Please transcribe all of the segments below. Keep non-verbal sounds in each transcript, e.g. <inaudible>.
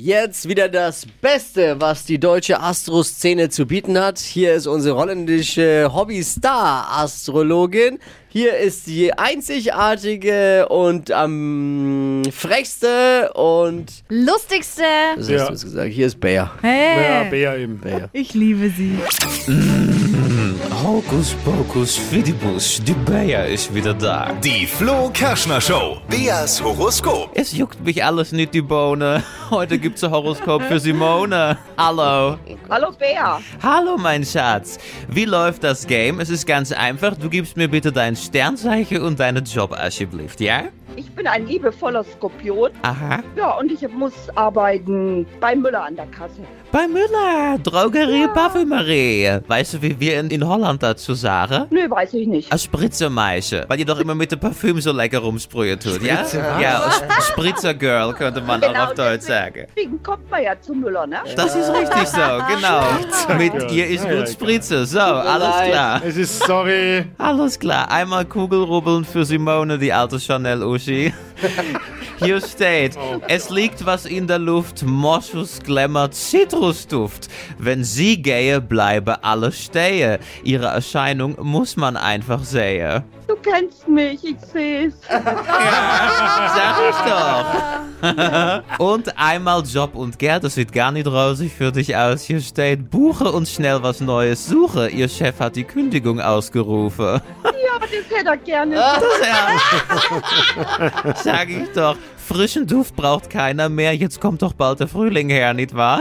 Jetzt wieder das Beste, was die deutsche Astroszene zu bieten hat. Hier ist unsere holländische Hobby-Star-Astrologin. Hier ist die einzigartige und am frechste und Lustigste. so hast Ja. du es gesagt. Hier ist Bär. Ja, Hey. Bea eben. Bär. ich liebe sie. Hokus pokus fidibus, die Bayer ist wieder da. Die Flo Kerschner Show. Beas Horoskop. Es juckt mich alles nicht die Bohne. <laughs> Heute gibt's ein Horoskop für Simone. Hallo. Hallo Bea. Hallo, mein Schatz. Wie läuft das Game? Es ist ganz einfach. Du gibst mir bitte dein Sternzeichen und deinen Job, alsjeblieft, ja? Ich bin ein liebevoller Skorpion. Aha. Ja, und ich muss arbeiten bei Müller an der Kasse. Bei Müller, Drogerie, Parfümerie. Weißt du, wie wir in, in Holland dazu sagen? Nö, weiß ich nicht. Als Spritzermeische, weil ihr doch immer mit dem Parfüm so lecker rumsprühen tut, ja? Ja, als Spritzergirl könnte man auch auf Deutsch sagen. Deswegen kommt man ja zu Müller, ne? Das ist richtig so, genau. Mit ihr ist Ja, genau. ja, gut Spritze. So, alles klar. Es ist, sorry. Alles klar. Einmal Kugelrubbeln für Simone, die alte <laughs> Chanel-Uschi. Hier steht, Oh es liegt was in der Luft, Moschus glämmert Zitrusduft. Wenn sie gehe, bleibe alles stehe. Ihre Erscheinung muss man einfach sehen. Du kennst mich, ich seh's. Sag ich doch. <laughs> und einmal Job und Geld, das sieht gar nicht rosig für dich aus. Hier steht, buche und schnell was Neues suche. Ihr Chef hat die Kündigung ausgerufen. <laughs> Ja, das hätte er gerne. Das ist ja- Sag ich doch. Frischen Duft braucht keiner mehr. Jetzt kommt doch bald der Frühling her, nicht wahr?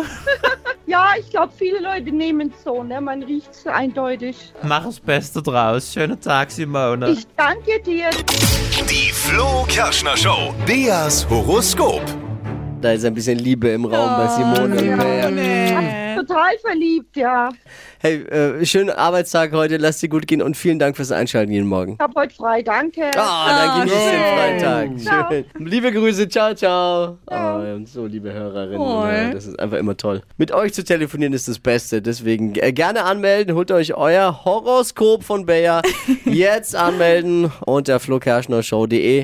Ja, ich glaube, viele Leute nehmen es so, ne? Man riecht's eindeutig. Mach das Beste draus. Schönen Tag, Simone. Ich danke dir. Die Flo Kerschner Show. Beas Horoskop. Da ist ein bisschen Liebe im Raum bei Simone und Bär. Total verliebt, ja. Hey, äh, schönen Arbeitstag heute. Lass dir gut gehen und vielen Dank fürs Einschalten jeden Morgen. Ich hab heute frei, danke. Ah, dann genießt den schön. Freitag. Schön. Liebe Grüße, ciao, ciao. Ciao. Oh, wir haben so liebe Hörerinnen. Oh. und Hörer, Das ist einfach immer toll. Mit euch zu telefonieren ist das Beste. Deswegen äh, gerne anmelden. Holt euch euer Horoskop von Bayer. Jetzt anmelden unter flokerschnershow.de.